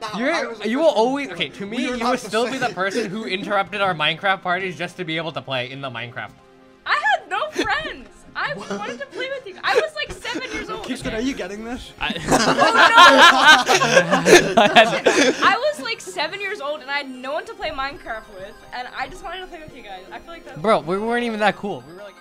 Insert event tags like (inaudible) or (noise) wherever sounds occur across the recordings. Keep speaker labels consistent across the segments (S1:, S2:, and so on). S1: No, I
S2: You're,
S1: was
S2: you will
S1: listening
S2: always
S1: to
S2: okay.
S1: it.
S2: To
S1: We
S2: me,
S1: were
S2: you
S1: not
S2: will still be the
S1: same. (laughs)
S2: person who interrupted our Minecraft parties just to be able to play in the Minecraft.
S3: I had no friends. I wanted to play with you. I was like seven years (laughs) old.
S4: Houston, are you getting this?
S3: I was like seven years old and I had no one to play Minecraft with, and I just wanted to play with you guys. I feel like that's.
S2: Bro, we weren't even that cool. We were like.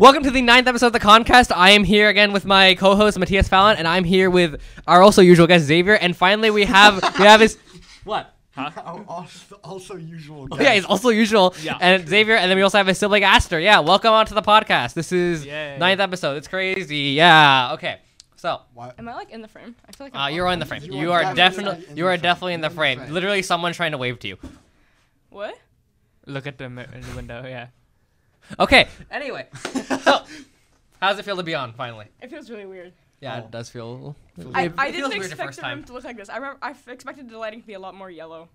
S2: Welcome to the ninth episode of the Concast. I am here again with my co-host Matthias Fallon, and I'm here with our also usual guest Xavier. And finally, we have we have his what?
S1: (laughs) Al- also, also usual.
S2: Oh, (laughs) Yeah, it's also usual.
S4: Yeah.
S2: And Xavier, and then we also have his sibling Aster. Yeah, welcome onto the podcast. This is
S4: Yay.
S2: ninth episode. It's crazy. Yeah. Okay. So
S1: What?
S3: Am I like in the frame? I feel like.
S2: uh, you're in the frame.
S1: You
S2: You,
S1: are
S2: are
S1: definitely in
S2: definitely you
S1: the
S2: are
S1: frame.
S2: definitely in the
S1: In the
S2: frame.
S1: frame.
S2: Literally, someone trying to wave to you.
S3: What?
S4: Look at the, mi- the window. Yeah.
S2: Okay.
S1: (laughs)
S2: Anyway, so how does it feel to be on finally?
S3: It feels really weird.
S2: Yeah,
S1: Oh.
S2: it does feel.
S3: I,
S2: it
S3: I
S2: feels
S3: didn't
S2: weird the
S3: expect
S2: first
S3: the room
S2: time.
S3: to look like this. I remember, I f- expected the lighting to be a lot more yellow.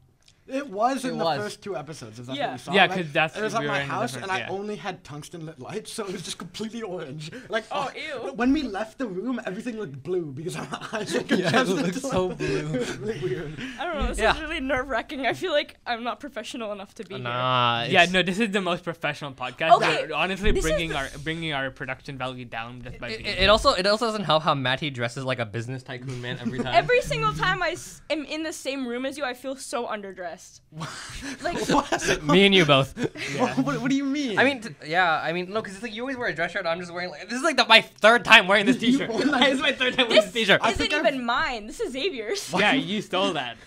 S1: It was in
S2: It
S1: the
S2: was.
S1: first two episodes. Is that what
S3: Yeah.
S1: you saw?
S4: Yeah,
S1: Like,
S4: 'cause that's-
S1: it was
S4: we
S1: at
S4: were
S1: my
S4: in the
S1: house,
S4: first-
S1: and I
S4: yeah.
S1: only had tungsten lit lights, (laughs) so it was just completely orange. Like,
S3: Oh, ew.
S1: When we left the room, everything looked blue because our (laughs) eyes were congested.
S2: looks
S1: to, (laughs)
S2: so
S1: like-
S2: blue.
S1: it was really weird. (laughs)
S3: I don't know. This
S2: Yeah.
S3: is really nerve wracking. I feel like I'm not professional enough to be here.
S2: Nah.
S4: yeah.
S2: it's-
S4: No, this is the most professional podcast.
S3: Okay,
S4: We're honestly,
S3: this is
S4: bringing
S3: the
S4: our bringing our production value down just by
S2: It,
S4: being.
S2: it- it also it also doesn't help how Matty dresses like a business tycoon man every time.
S3: Every single time I s- am in the same room as you, I feel so
S2: (laughs)
S3: underdressed. like,
S4: (laughs)
S1: What?
S2: Me and you both.
S1: what, what, do you mean?
S2: I mean, t- yeah, I mean, no, because it's like you always wear a dress shirt. I'm just wearing like this is like the, my third time wearing this
S1: (laughs) You
S2: t-shirt. (laughs)
S1: wore, like-
S2: this is my third time wearing
S3: this
S2: this t-shirt.
S1: I
S3: isn't
S1: think
S3: even
S1: I've-
S3: mine. This is Xavier's.
S4: yeah, you stole that.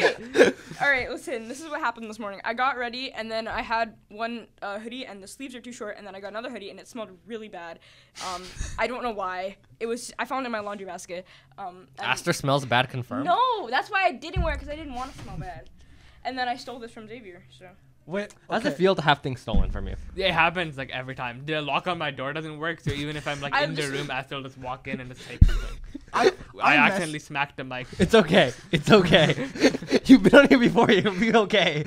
S3: All right, listen. This is what happened this morning. I got ready, and then I had one uh, hoodie, and the sleeves are too short. And then I got another hoodie, and it smelled really bad.
S4: (laughs)
S3: Um, I don't know why. It was I found it in my laundry basket. Um, and-
S2: Aster smells bad. Confirmed.
S3: No, that's why I didn't wear it because I didn't want to smell bad. And then I stole this from Xavier. So
S1: Wait,
S2: How does it
S1: okay.
S2: feel to have things stolen from you?
S4: It happens like every time. The lock on my door doesn't work, so even if I'm like
S3: I'm
S4: in the
S3: just-
S4: room, I still just walk in and just take something.
S1: I,
S4: I,
S1: mess-
S4: accidentally smacked the mic.
S2: It's okay. It's okay. (laughs) You've been on here before. You'll be okay.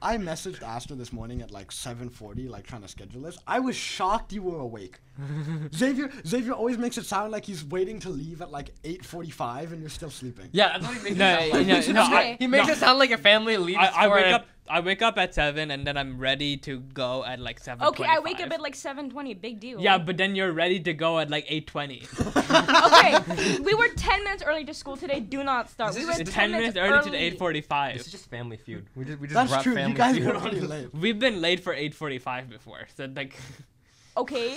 S1: I messaged Aster this morning at like 7:40, like trying to schedule this. I was shocked you were
S2: (laughs)
S1: awake. Xavier, Xavier always makes it sound like he's waiting to leave at like 8:45, and you're still sleeping.
S2: Yeah, that's what he makes
S4: No,
S2: it sound like.
S4: no, no,
S3: I-
S2: he makes
S4: no.
S2: it sound like your family leaves.
S4: I, I
S2: for
S4: wake
S2: an-
S4: up. I wake up at seven, and then I'm ready to go at like seven.
S3: okay, I wake up at like 7:20. Big deal.
S4: Yeah, but then you're ready to go at like eight twenty.
S3: (laughs)
S4: (laughs)
S3: okay. we were 10 minutes early to school today. Do not start.
S2: This
S3: We
S2: is
S3: were
S2: just
S3: 10,
S4: Ten minutes early to the eight
S2: This is
S4: forty-five.
S2: just Family Feud. We just we just
S1: that's
S2: brought
S1: true.
S2: Family
S1: You guys
S2: Feud
S1: were
S2: on
S1: already
S2: this.
S1: late.
S4: We've been late for eight forty-five before, so like, (laughs)
S3: Okay.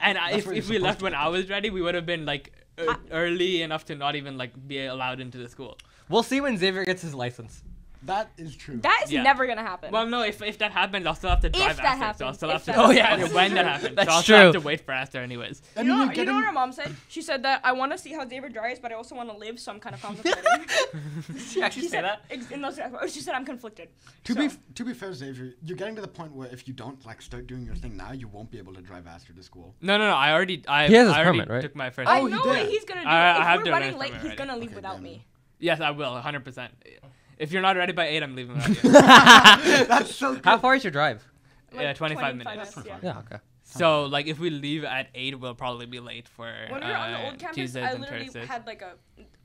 S4: and I,
S1: That's where
S4: if if
S1: you're
S4: we
S1: supposed
S4: left
S1: to
S4: when
S1: be.
S4: I was ready, we would have been like ear- early enough to not even like be allowed into the school.
S2: (laughs) We'll see when Xavier gets his license.
S1: That is true.
S3: That is
S4: Yeah.
S3: never gonna happen.
S4: Well, no, if, if that happens, I'll still have to drive
S3: that
S4: Aster, so I'll
S3: happens,
S4: still
S3: if
S4: have to. (laughs)
S3: that
S2: Oh, yeah, happens.
S4: when
S2: (laughs)
S4: that happens,
S2: That's
S4: so I'll still have
S2: true.
S4: to wait for Aster anyways.
S1: I
S3: You know,
S1: mean,
S3: you
S1: you're
S3: know what her
S1: getting-
S3: mom said? She said that I want to see how David dries, but I also want to live, so I'm kind
S1: (laughs)
S3: of conflicted.
S2: Did she actually
S3: she
S2: say
S3: said
S2: that?
S3: ex- In those, oh, she said I'm conflicted.
S1: to be
S3: So-
S1: f- to be fair, Xavier, you're getting to the point where if you don't like start doing your thing now, you won't be able to drive Aster to
S2: (laughs)
S1: school.
S4: No, no, no. I already. I,
S2: He has his
S4: I already
S2: permit, right?
S4: Took my first.
S3: I
S1: Oh, he
S3: know
S1: did.
S3: what he's gonna do.
S4: I- I
S3: if
S4: have
S3: we're
S4: done
S3: running
S4: it
S3: late, he's
S4: already.
S3: gonna leave
S1: Okay,
S3: without
S1: damn
S3: me.
S4: Yes, I will. 100. percent If you're not ready by eight, I'm leaving. Without
S2: (laughs)
S4: you.
S1: That's so. Good.
S2: How far is your drive?
S3: Like,
S4: yeah, 25 minutes.
S1: minutes,
S3: yeah.
S2: Yeah. Okay.
S4: So like, if we leave at eight, we'll probably be late for
S3: When we were on the
S4: uh,
S3: old campus,
S4: Tuesdays
S3: I
S4: and
S3: literally
S4: Thursdays.
S3: had like a.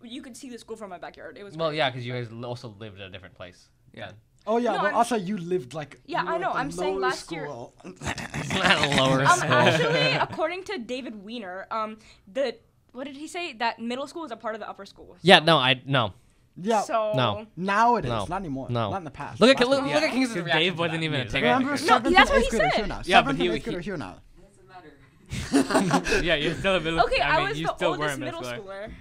S3: You could see the school from my backyard. It was.
S2: Well,
S3: great.
S2: yeah, because you guys also lived at a different place.
S4: Yeah.
S1: Oh yeah.
S3: No,
S1: well,
S3: I'm-
S1: also you lived like.
S3: Yeah,
S1: you were
S3: I
S1: at
S3: know,
S1: the
S3: I'm saying
S1: lower
S3: last
S2: (laughs)
S3: year-
S1: school.
S2: Lower
S3: Um,
S2: school.
S4: (laughs)
S3: actually, according to David Weiner, um, the what did he say? That middle school is a part of the upper school.
S2: yeah. No. I no.
S1: yeah.
S3: So.
S2: No.
S1: now it is.
S2: No.
S1: Not anymore.
S2: No.
S1: Not in the past.
S2: Look at
S1: Last
S2: look,
S1: year.
S2: look at Kings'
S4: 'Cause Dave
S2: reaction. to
S4: wasn't
S2: that
S4: even a
S2: news.
S4: tick-
S1: Remember,
S4: No,
S1: seventh and
S3: that's what
S1: eighth
S3: he
S1: grader here
S3: said.
S1: now.
S4: Yeah, but
S1: Seventh
S4: he-
S1: and eighth
S4: he-
S1: grader here now.
S4: (laughs) yeah, you're still a middle.
S3: Okay, I,
S4: I, mean,
S3: was
S4: you
S3: the
S4: still were
S3: oldest
S4: a
S3: middle
S4: middle schooler.
S3: schooler.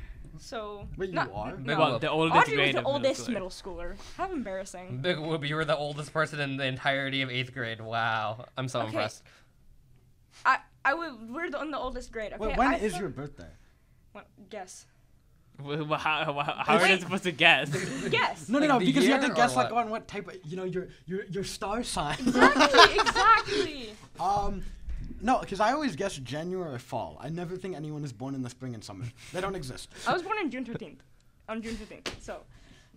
S3: So.
S1: Wait, you
S3: not-
S1: are?
S3: No.
S4: Well, the oldest
S3: Audrey was
S4: grade
S3: the
S4: of middle
S3: oldest
S4: schooler.
S3: middle schooler. How embarrassing.
S2: Big Whoop, you were the oldest person in the entirety of eighth grade. Wow, I'm so
S3: Okay.
S2: impressed.
S3: I I would we're the, on the oldest grade. Okay.
S1: Wait, when
S3: I
S1: is
S3: felt-
S1: your birthday?
S3: when- guess?
S4: (laughs) Wh- wh- How, wh- how are you
S3: Wait.
S4: supposed to
S3: (laughs)
S4: guess? (laughs)
S3: Guess.
S1: No, no,
S2: Like
S1: no.
S2: the
S1: Because you have
S2: year
S1: to
S2: or
S1: guess like
S2: what?
S1: on what type. Of, you know your your your star sign.
S3: exactly. Exactly.
S1: (laughs) um, no, because I always guess January or fall. I never think anyone is born in the spring and summer. They don't exist.
S3: I was born on June 13th. On June 13th. So.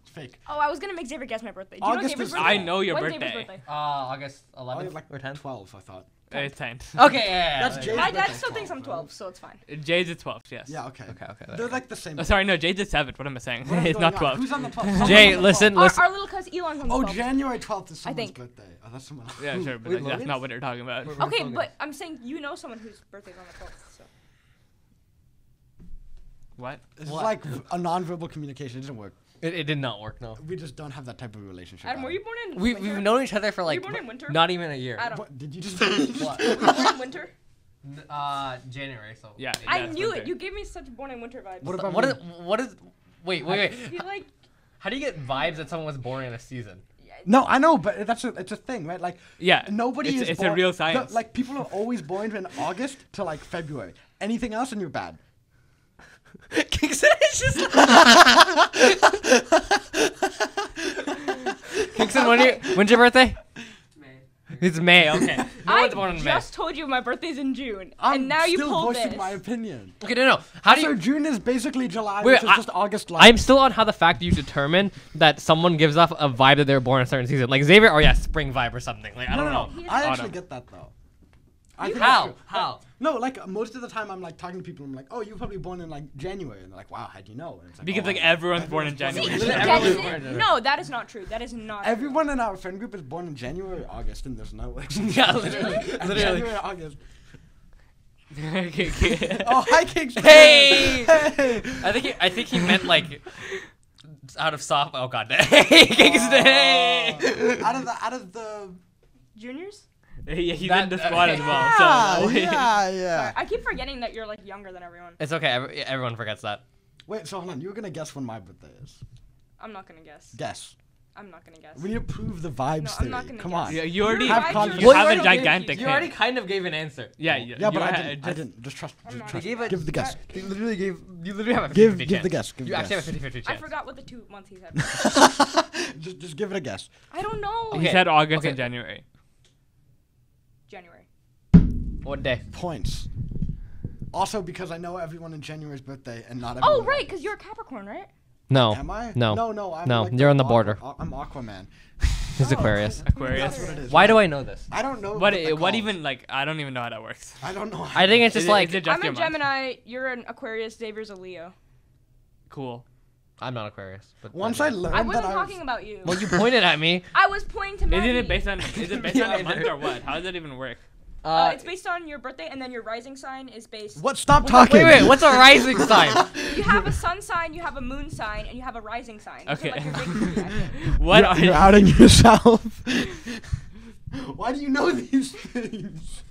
S1: Fake.
S3: Oh, I was gonna make Xavier guess my birthday. Do you
S1: August
S3: know Xavier's
S1: is-
S3: birthday?
S1: I
S4: know your
S3: When's
S4: birthday.
S3: Xavier's birthday?
S2: Uh, August
S1: I
S2: 11th
S1: was like
S2: or 10th.
S1: 12, I thought.
S4: Uh, 10.
S2: Okay, yeah, yeah, yeah,
S1: That's
S2: yeah.
S1: Jay's
S3: My dad
S1: birthday's
S3: still thinks
S1: 12,
S3: I'm
S1: right?
S3: 12, so it's fine.
S4: Jade's at 12, yes.
S1: Yeah, okay.
S2: Okay, okay,
S1: They're
S2: okay.
S1: like the same.
S4: Oh, sorry, no, Jade's at 7. What am I saying?
S1: What is
S4: (laughs) it's
S1: going
S4: not
S1: on?
S4: 12.
S1: Who's on the 12th?
S2: Jay,
S1: Someone's on the
S2: listen,
S3: Our,
S2: listen.
S3: our little cousin Elon's on the
S1: Oh,
S3: phone.
S1: January 12th is someone's
S3: think.
S1: birthday. Oh, that's someone else.
S4: Yeah, sure, but
S2: Wait,
S4: like, that's
S2: what?
S4: not what we're talking about.
S2: We're- we're
S3: Okay,
S2: talking.
S3: but I'm saying you know someone whose birthday's on the 12th, so.
S4: What?
S1: It's
S2: What?
S1: like v- a nonverbal communication. It didn't work.
S2: It, it did not work. No,
S1: We just don't have that type of relationship.
S3: Adam, were you born in
S2: we
S3: winter?
S2: we've known each other for like
S3: born in winter?
S2: not even a year.
S3: Adam,
S1: What
S4: (laughs)
S1: did you just?
S2: What? (laughs)
S3: were you born in winter?
S2: N- Uh, January. So
S4: Yeah.
S3: I
S4: (laughs) that's
S3: knew
S4: winter.
S3: it. You gave me such born in winter vibes.
S1: What about
S2: What
S1: me?
S2: is what is? Wait, wait, (laughs)
S3: I
S2: wait.
S3: feel like
S2: How do you get vibes that someone was born in a season?
S1: No, I know, but that's a, it's a thing, right? Like,
S4: Yeah,
S1: nobody
S4: it's-
S1: is.
S4: it's a
S1: born,
S4: real
S1: the-
S4: science.
S1: like, people are always born in August to like February. Anything else, and you're bad.
S2: Kingston is just. Kingston, when you, when's your birthday? May. It's May. Okay. (laughs) No
S3: I
S2: one's born in May.
S3: just told you my birthday's in June,
S1: I'm
S3: and now you
S1: still
S3: pulled
S1: voicing
S3: this.
S1: my opinion.
S2: Okay, no, no. How do
S1: So
S2: you?
S1: June is basically July,
S2: Wait,
S1: which is
S2: I-
S1: just August. Like,
S2: I'm still on how the fact that you determine that someone gives off a vibe that they were born in a certain season, like Xavier. Oh yeah, spring vibe or something. Like I
S1: no,
S2: don't
S1: no, no.
S2: know.
S1: I
S2: Autumn.
S1: actually get that though. I think that's
S2: How?
S1: true.
S2: How?
S1: No, like most of the time I'm like talking to people. I'm like, oh, you were probably born in like January, and they're like, wow, how do you know? And it's
S4: Because,
S1: "Oh,
S4: like,
S1: I-
S4: everyone's born in
S3: See,
S4: January.
S2: Literally
S3: that
S2: everyone's
S3: is-
S2: born in January.
S3: no, that is not true. That is not true.
S1: Everyone in our friend group is born in January, August, and there's no (laughs) exception.
S2: Yeah,
S1: (laughs)
S2: literally,
S1: And
S2: literally.
S1: January, August.
S4: (laughs)
S2: Okay, okay.
S1: (laughs) Oh, hi, King.
S2: Hey!
S1: (laughs) Hey!
S2: I think he, I think he meant
S1: (laughs)
S2: like out of soft. Oh god, (laughs) Kingston. hey!
S1: Out of the out of the.
S3: Juniors?
S4: yeah, he's
S2: That-
S4: in the squad as well.
S1: (laughs)
S4: so.
S1: Ah,
S3: (laughs)
S4: (laughs)
S1: yeah.
S3: I keep forgetting that you're like younger than everyone.
S2: It's okay. ev- yeah, Everyone forgets that.
S1: Wait, so hold on. You were gonna guess when my birthday is.
S3: I'm not gonna guess.
S1: Guess.
S3: I'm not gonna guess.
S1: We need to prove the vibes
S3: No, I'm
S1: theory.
S3: not gonna
S1: Come
S3: guess.
S1: on.
S4: Yeah,
S1: Yeah,
S4: you already
S3: Your
S4: have,
S3: vibes
S4: you,
S3: are
S4: you
S3: Well,
S4: have
S3: you
S4: a
S3: already-
S4: gigantic
S2: You
S4: hint.
S2: already kind of gave an answer.
S4: yeah, you, you
S1: but I
S4: ha-
S1: didn't. I
S4: just-
S1: didn't. Just trust.
S3: I'm
S1: Just
S3: not
S1: trust.
S2: You gave a-
S1: Give the guess.
S2: You literally gave. You literally have a 50
S1: Give- give
S2: chance.
S1: the guess, give
S2: you
S1: the
S2: actually
S1: guess.
S2: have a (laughs) 50 50
S3: I
S2: chance.
S3: forgot what the two months he
S1: (laughs)
S3: said.
S1: just, just give it a guess.
S3: I don't know.
S4: He
S2: Okay.
S4: said August
S2: Okay.
S4: and January.
S3: January.
S2: What day?
S1: Points. Also, because I know everyone in January's birthday and not everyone.
S3: Oh
S1: in
S3: right,
S1: August.
S3: because you're a Capricorn, right?
S2: No.
S1: Am I?
S2: Oh, No.
S1: No, no. I'm
S2: No,
S1: like
S2: you're on the
S1: Aqu-
S2: border.
S1: Aqu- I'm Aquaman. Oh,
S2: He's Aquarius.
S4: Aquarius.
S1: That's what it is.
S2: Why do I know this?
S1: I don't know.
S4: What,
S1: they're
S4: what
S1: called.
S4: even, like, I don't even know how that works.
S1: I don't know.
S2: I think it's just
S4: Is it-
S2: like
S4: is it
S3: I'm
S4: your
S3: a
S4: month?
S3: Gemini. You're an Aquarius. Xavier's a Leo.
S4: Cool.
S2: I'm not Aquarius.
S1: (laughs)
S2: But
S1: Once I learned
S3: I wasn't
S1: that
S3: talking
S1: I was,
S3: about you.
S2: Well, you pointed at me.
S3: I was pointing to Maggie.
S4: Isn't it based on is
S2: (laughs)
S4: it based on
S2: Yeah,
S4: a month
S2: either.
S4: or what? How does that
S2: (laughs)
S4: even work?
S2: Uh,
S3: Uh, it's based on your birthday, and then your rising sign is based.
S1: what? Stop
S2: wait,
S1: talking.
S2: wait. What's a
S1: (laughs)
S2: rising sign?
S3: You
S2: (laughs)
S3: have a sun sign, you have a moon sign, and you have a rising sign. Those are,
S4: Okay.
S3: like, your big zodiac.
S4: What
S1: you're,
S4: are
S1: you're outing
S2: (laughs)
S1: yourself.
S4: (laughs)
S1: Why do you know these things?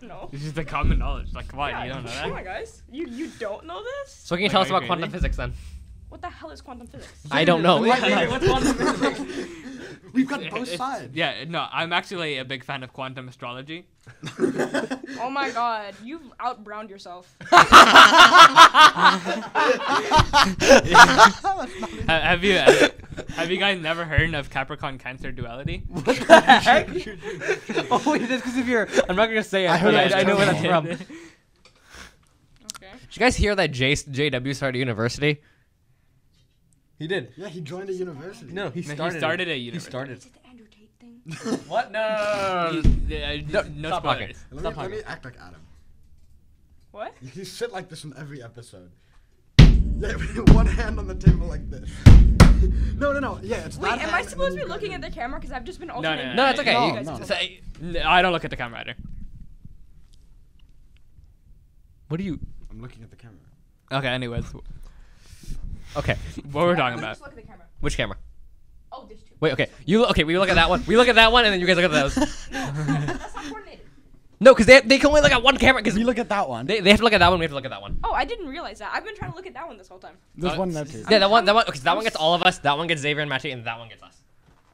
S3: no.
S4: This is the common knowledge. Like, come on, you don't know
S2: Oh
S3: Come on,
S4: that.
S3: guys. You you don't know this?
S2: So can you
S4: Like,
S2: tell
S4: are
S2: us
S4: you
S2: about quantum
S4: crazy?
S2: physics then?
S3: What the hell is quantum physics?
S2: I don't know.
S4: Wait,
S1: Like,
S4: wait, what's (laughs) quantum
S2: (laughs)
S4: physics?
S1: We've got both
S4: It's-
S1: sides.
S4: Yeah, no, I'm actually a big fan of quantum astrology.
S3: Oh
S1: (laughs)
S2: (laughs)
S3: my god, you've outbrowned yourself.
S4: Ha- have you have you guys never heard of Capricorn
S2: (laughs)
S4: Cancer duality?
S2: What the heck? (laughs) oh wait, that's because if you're, I'm not gonna say it.
S1: I heard
S2: but
S1: it was
S2: I, I know where that's from.
S4: (laughs)
S1: terrible.
S2: Did
S3: Okay.
S2: you guys hear that J, JW started university? He did.
S1: Yeah, he joined a university. (laughs)
S2: No, he
S4: No, he
S2: started.
S4: started at
S2: He
S4: university.
S2: started.
S3: Is it the Andrew Tate thing?
S2: What? No, no, no, no, no, no.
S4: Yeah,
S2: No,
S4: no
S2: stop talking.
S4: spoilers.
S1: Let me,
S2: Stop
S1: let me
S2: talking.
S1: act like Adam.
S3: What?
S1: You sit like this in every episode. Yeah, (laughs) with one hand on the table like this. (laughs) No, no, no. Yeah, it's
S3: Wait,
S1: that
S3: am
S1: hand
S3: I
S1: and
S3: supposed to
S1: then
S3: be
S1: you
S3: looking
S1: go
S3: at the
S1: in.
S3: camera? Because I've just been
S4: no,
S3: alternating.
S4: no,
S2: No, it's okay.
S4: No,
S2: you guys
S1: no.
S2: it's like-
S4: N- I don't look at the camera either.
S2: what do you?
S1: I'm looking at the camera.
S4: Okay, anyways,
S2: Okay,
S4: what we're talking about?
S3: Just look at the camera.
S2: which camera?
S3: Oh, there's two.
S2: Wait, okay. You look. Okay, we look at that one. We look at that one, and then you guys look at those.
S3: No, no, that's not coordinated.
S2: No, because they they can only look at one camera. Because
S1: You look at that one.
S2: they, they have to look at that one. We have to look at that one.
S3: Oh, I didn't realize that. I've been trying to look at that one this whole time.
S1: There's
S4: Uh,
S1: one there too.
S2: Yeah, that one. That one. Okay, so that one gets all of us. That one gets Xavier and Matchy, and that one gets us.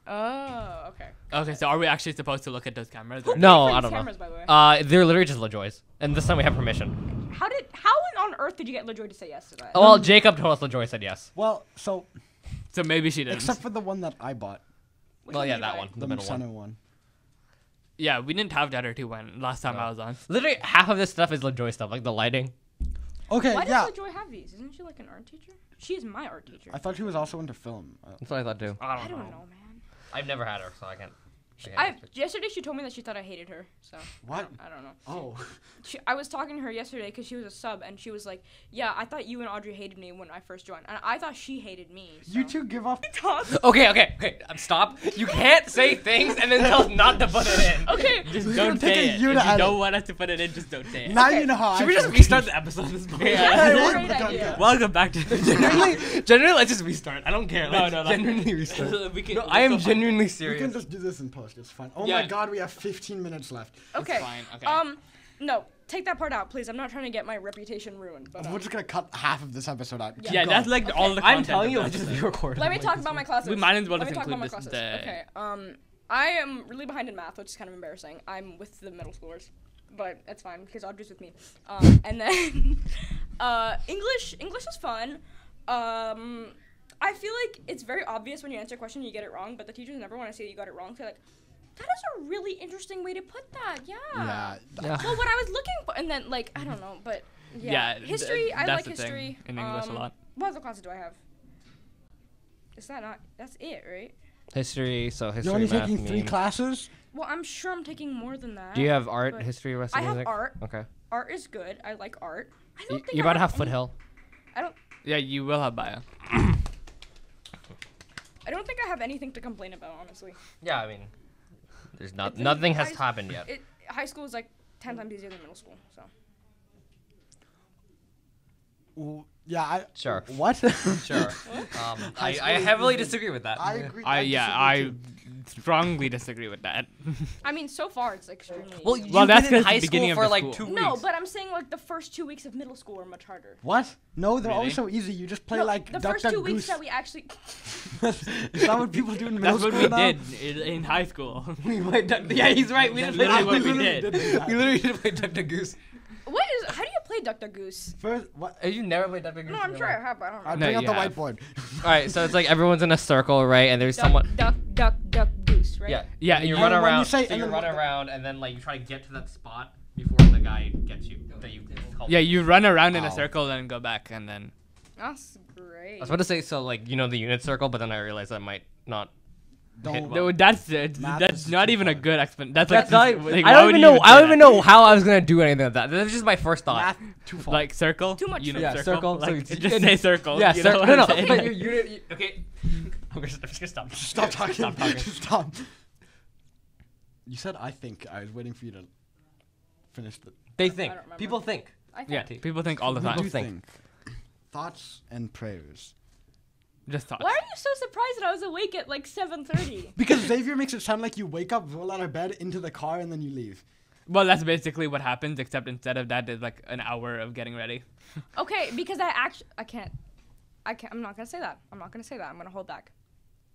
S3: Oh, okay.
S4: Okay, so are we actually supposed to look at those cameras? or-
S2: No,
S3: Who paid
S2: Oh, I
S3: for
S2: don't
S3: these cameras,
S2: know.
S3: by the way?
S2: Uh, they're literally just LaJoy's, and this time we have permission.
S3: How did? How on earth did you get LaJoy to say yes to that?
S2: Oh, well, Jacob told us LaJoy said yes.
S1: Well, so
S4: So maybe she didn't.
S1: except for the one that I bought,
S3: Which
S2: well,
S3: one
S2: yeah,
S3: did you
S2: that
S3: buy?
S2: one, the,
S1: the
S2: middle
S1: Misano
S2: one.
S1: one.
S4: Yeah, we didn't have that or two when last time I was on.
S2: Literally half of this stuff is LaJoy stuff, like the lighting.
S1: Okay,
S3: Why does
S1: yeah.
S3: LaJoy have these? Isn't she like an art teacher? She is my art teacher.
S1: I thought she was also into film. Uh,
S2: That's what I thought too.
S4: I don't,
S3: I don't
S4: know. (laughs)
S3: know, man.
S2: I've never had her, so I can't. I can't
S3: I
S2: speak.
S3: yesterday she told me that she thought I hated her, so
S1: (laughs) what?
S3: I don't know.
S1: Oh.
S3: She, I was talking to her yesterday because she was a sub, and she was like, "Yeah, I thought you and Audrey hated me when I first joined, and I thought she hated me." So. (laughs)
S1: You two give off.
S3: Toss-
S2: (laughs) Okay, okay, okay. um, Stop. You can't say things and then tell us not to put it in.
S3: (laughs) okay.
S4: Just
S1: It's gonna
S4: don't
S1: take
S4: say
S1: a
S4: it.
S1: year
S4: If
S1: to
S4: you
S1: edit.
S4: don't want us to put it in, just don't
S2: (laughs)
S4: say it.
S1: Now
S3: Okay.
S1: you know how
S4: Should
S1: I
S4: we just
S1: feel.
S4: restart the episode this morning?
S3: Yeah.
S1: Hey,
S3: Great
S1: we're done
S3: idea.
S1: good.
S4: Welcome back (laughs) to
S2: Generally, generally, let's just restart. I don't care.
S4: No,
S2: Let's
S4: no, no.
S2: Genuinely
S4: (laughs)
S2: restart.
S4: we can,
S2: No,
S4: we're
S2: I am
S4: still fine.
S2: genuinely
S1: We can
S2: serious.
S1: just do this in post. It's fine. Oh
S4: Yeah.
S1: my god, we have 15 minutes left.
S3: Okay.
S4: fine, okay.
S3: Um, no, take that part out, please. I'm not trying to get my reputation ruined. But, um,
S1: We're just gonna cut half of this episode out. Keep
S4: Yeah,
S1: going.
S4: that's like all the content.
S2: I'm telling you,
S4: of
S2: it'll
S4: that
S2: just be
S4: episode.
S2: recorded.
S3: let me
S2: like
S3: talk
S2: this.
S3: about my classes.
S4: We might as well
S3: Let me
S4: just
S3: talk about my
S4: include
S3: classes.
S4: this in
S3: Okay. Um, I am really behind in math, which is kind of embarrassing. I'm with the middle schoolers, but that's fine because Audrey's with me. Um, (laughs) and then uh, English. English is fun. Um, I feel like it's very obvious when you answer a question and you get it wrong, but the teachers never want to say that you got it wrong. So they're like, that is a really interesting way to put that. Yeah.
S1: Yeah.
S2: Yeah.
S3: Well, what I was looking for, and then like I don't know, but yeah,
S4: Yeah, th-
S3: history. I
S4: that's
S3: like
S4: the thing
S3: history
S4: in English a
S3: Um,
S4: lot.
S3: What other classes do I have? Is that not? That's it, right?
S2: History, so history.
S1: You're only
S2: math,
S1: taking three
S2: mean.
S1: classes?
S3: Well, I'm sure I'm taking more than that.
S2: Do you have art,
S3: But-
S2: history, rest
S3: I
S2: of
S3: have
S2: music?
S3: art.
S2: Okay.
S3: art? Is good. I like art. I
S2: You,
S3: don't think
S2: you're about
S3: I
S2: to have
S3: any-
S2: foothill.
S4: Yeah, you will have bio.
S3: I don't think I have anything to complain about, honestly.
S2: Yeah, I mean, there's not
S3: It's-
S2: nothing has
S3: I-
S2: happened yet.
S3: It high school is like ten times easier than middle school, so
S1: W- Yeah, I.
S2: Sure.
S1: What?
S2: Sure. Um, I, I heavily disagree with
S1: (laughs)
S2: that.
S1: I agree.
S4: I yeah, I
S1: disagree too.
S4: strongly disagree with that.
S3: I mean, so far it's extremely.
S2: Well,
S3: easy.
S2: you've
S4: Well, that's
S2: been in
S4: 'cause
S2: high
S4: the beginning
S2: school
S4: of
S2: for
S4: the
S2: like
S4: school.
S2: two weeks.
S3: no, but (laughs) I'm saying like the first two weeks of middle school are much harder.
S1: What? No, they're always so
S4: Really?
S1: easy. You just play
S3: No,
S1: like
S3: the
S1: Duck
S3: first
S1: Duck
S3: two
S1: Goose.
S3: weeks that we actually.
S1: (laughs) Is that what people do in middle
S4: That's
S1: school
S4: what we
S1: now?
S4: did in, in high school. (laughs)
S2: we played duck. Yeah, he's right. We
S4: That's
S2: didn't play
S4: literally
S2: duck.
S4: what
S2: Goose.
S4: we did.
S1: do that.
S2: We literally did play duck to (laughs) goose.
S3: What is? How do you play Duck Duck Goose?
S1: First, what?
S2: You never played duck to goose.
S3: No, I'm sure I have. but I don't know.
S1: I
S2: No,
S1: bring out
S2: you
S1: the
S2: have.
S1: whiteboard.
S2: (laughs) All right, so it's like everyone's in a circle, right? And there's
S3: duck,
S2: someone.
S3: duck, duck, duck, goose, right?
S2: Yeah,
S4: Yeah,
S2: and You
S4: you-
S2: run
S1: And when you
S2: around.
S1: say-
S2: so
S1: and
S2: you
S1: then
S2: run
S1: what the-
S2: around, and then like you try to get to that spot before the guy gets you. That you. help.
S4: Yeah, you run around in
S1: Ow.
S4: a circle and go back, and then
S3: That's great.
S2: I was about to say so like you know the unit circle, but then I realized I might not.
S1: Don't.
S4: no, that's it.
S1: Math
S4: that's
S1: is
S4: not
S1: too
S4: even a
S1: hard.
S4: good explanation. That's,
S2: That's
S4: like,
S2: not.
S4: like,
S2: I
S4: why
S2: don't
S4: would
S2: even
S4: you
S2: know. I
S4: say
S2: don't even
S4: that?
S2: know how I was gonna do anything like that. That's just my first thought.
S1: Math too far.
S4: Like circle.
S3: Too much
S4: Unit
S3: Yeah,
S2: circle,
S4: circle.
S2: so
S4: Like
S2: it's-
S4: (laughs) just
S2: it-
S4: say circle.
S2: yeah,
S4: you
S2: sir.
S4: know what
S2: no,
S4: I'm
S2: no.
S4: saying?
S2: But your unit. you- okay. (laughs) I'm just, I'm just gonna
S1: (laughs)
S2: stop.
S1: Stop talking.
S2: Stop
S1: (laughs)
S2: talking.
S1: Stop. You said I think. I was waiting for you to finish the.
S2: They think.
S3: I don't remember.
S2: People think.
S3: I think
S4: Yeah, people think all the
S1: What do
S4: time.
S1: you
S2: think.
S1: Thoughts and prayers.
S4: Just thoughts.
S3: Why are you so surprised that I was awake at like 7:30?
S1: Because Xavier makes it sound like you wake up, roll out of bed, into the car, and then you leave.
S4: Well, that's basically what happens, except instead of that, there's like an hour of getting ready.
S3: okay, because I actually I can't. I can't. I'm not gonna say that. I'm not gonna say that. I'm gonna hold back.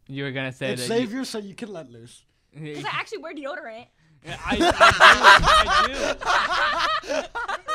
S4: You were gonna say
S1: it's
S4: that.
S1: Xavier, so you can let loose.
S4: You,
S3: (laughs) Because I actually wear deodorant.
S4: I, I
S3: (laughs)
S4: do. I do.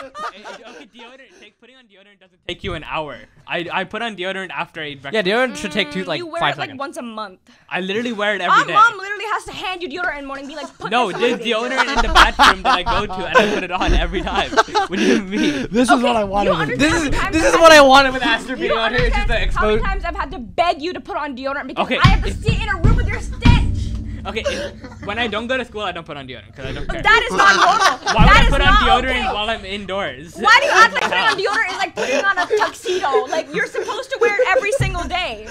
S4: It- it- okay, deodorant. Take, putting on deodorant doesn't take you an hour. I, I put on deodorant after I eat breakfast.
S2: Yeah, deodorant should take two like
S3: Mm, you wear
S2: five
S3: it like
S2: seconds.
S3: once a month.
S4: I literally wear it
S3: Our
S4: every day.
S3: mom literally has to hand you deodorant in the morning and be like, put
S4: No,
S3: this on,
S4: there's
S3: baby."
S4: deodorant in the bathroom that I go to, and I put it on
S3: (laughs)
S4: every time. What do you mean?
S1: This is
S3: Okay,
S1: what I wanted.
S3: you
S1: to do.
S2: (laughs)
S3: understand-
S2: this is
S3: Every time
S2: this
S3: you
S2: is
S3: have-
S2: what I wanted with
S4: (laughs)
S2: Aster
S3: You
S2: being
S3: don't
S2: on here. Just
S3: understand
S2: to
S3: how many
S2: expose.
S3: times I've had to beg you to put on deodorant because
S4: Okay,
S3: I have to
S4: if-
S3: sit in a room with your stench.
S4: Okay, if- when I don't go to school, I don't put on deodorant because I don't care.
S3: That is not normal.
S4: Why would
S3: That
S4: I
S3: is
S4: put on
S3: not
S4: deodorant
S3: okay.
S4: while I'm indoors?
S3: Why do you act like putting on deodorant is like putting on a tuxedo? Like you're supposed to wear it every single day.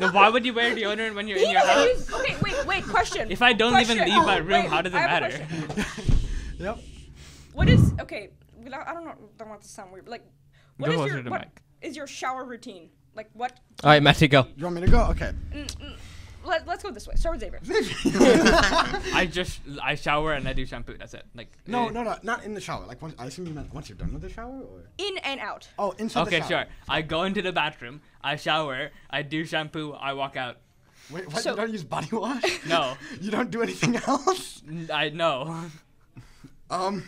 S4: No, why would you wear deodorant when you're in
S3: He
S4: your
S3: doesn't
S4: house?
S3: use- okay, wait, wait. Question.
S4: If I don't even
S3: Question. Oh,
S4: leave my room,
S3: Wait,
S4: how does it
S3: I have a
S4: matter?
S3: question.
S1: (laughs) Yep.
S3: What is okay? without- I don't know. Don't want this to sound weird. but, Like, what
S4: Go
S3: is
S4: closer
S3: your
S4: to the
S3: what
S4: mic.
S3: is your shower routine? Like what?
S2: All right, Matty, go.
S1: You want me to go? Okay.
S3: Let, let's go this way. Start with Xavier.
S4: I just I shower and I do shampoo. That's it. Like
S1: No,
S4: eh.
S1: no, no, not in the shower. Like once I assume you meant once you're done with the shower, or
S3: In and out.
S1: oh, inside
S4: Okay,
S1: the
S4: sure.
S1: shower.
S4: I go into the bathroom. I shower. I do shampoo. I walk out.
S1: sure. Wait, what?
S3: So-
S1: you don't use body wash?
S3: (laughs)
S4: No,
S1: (laughs) You don't do anything else?
S4: N- I no.
S1: Um,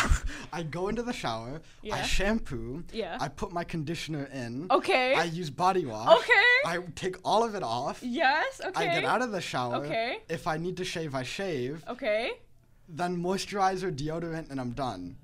S1: (laughs) I go into the shower. I
S3: Yeah.
S1: shampoo.
S3: Yeah.
S1: I put my conditioner in.
S3: Okay.
S1: I use body wash.
S3: Okay.
S1: I take all of it off.
S3: yes. Okay.
S1: I get out of the shower.
S3: Okay.
S1: If I need to shave, I shave.
S3: okay.
S1: Then moisturizer, deodorant, and I'm done.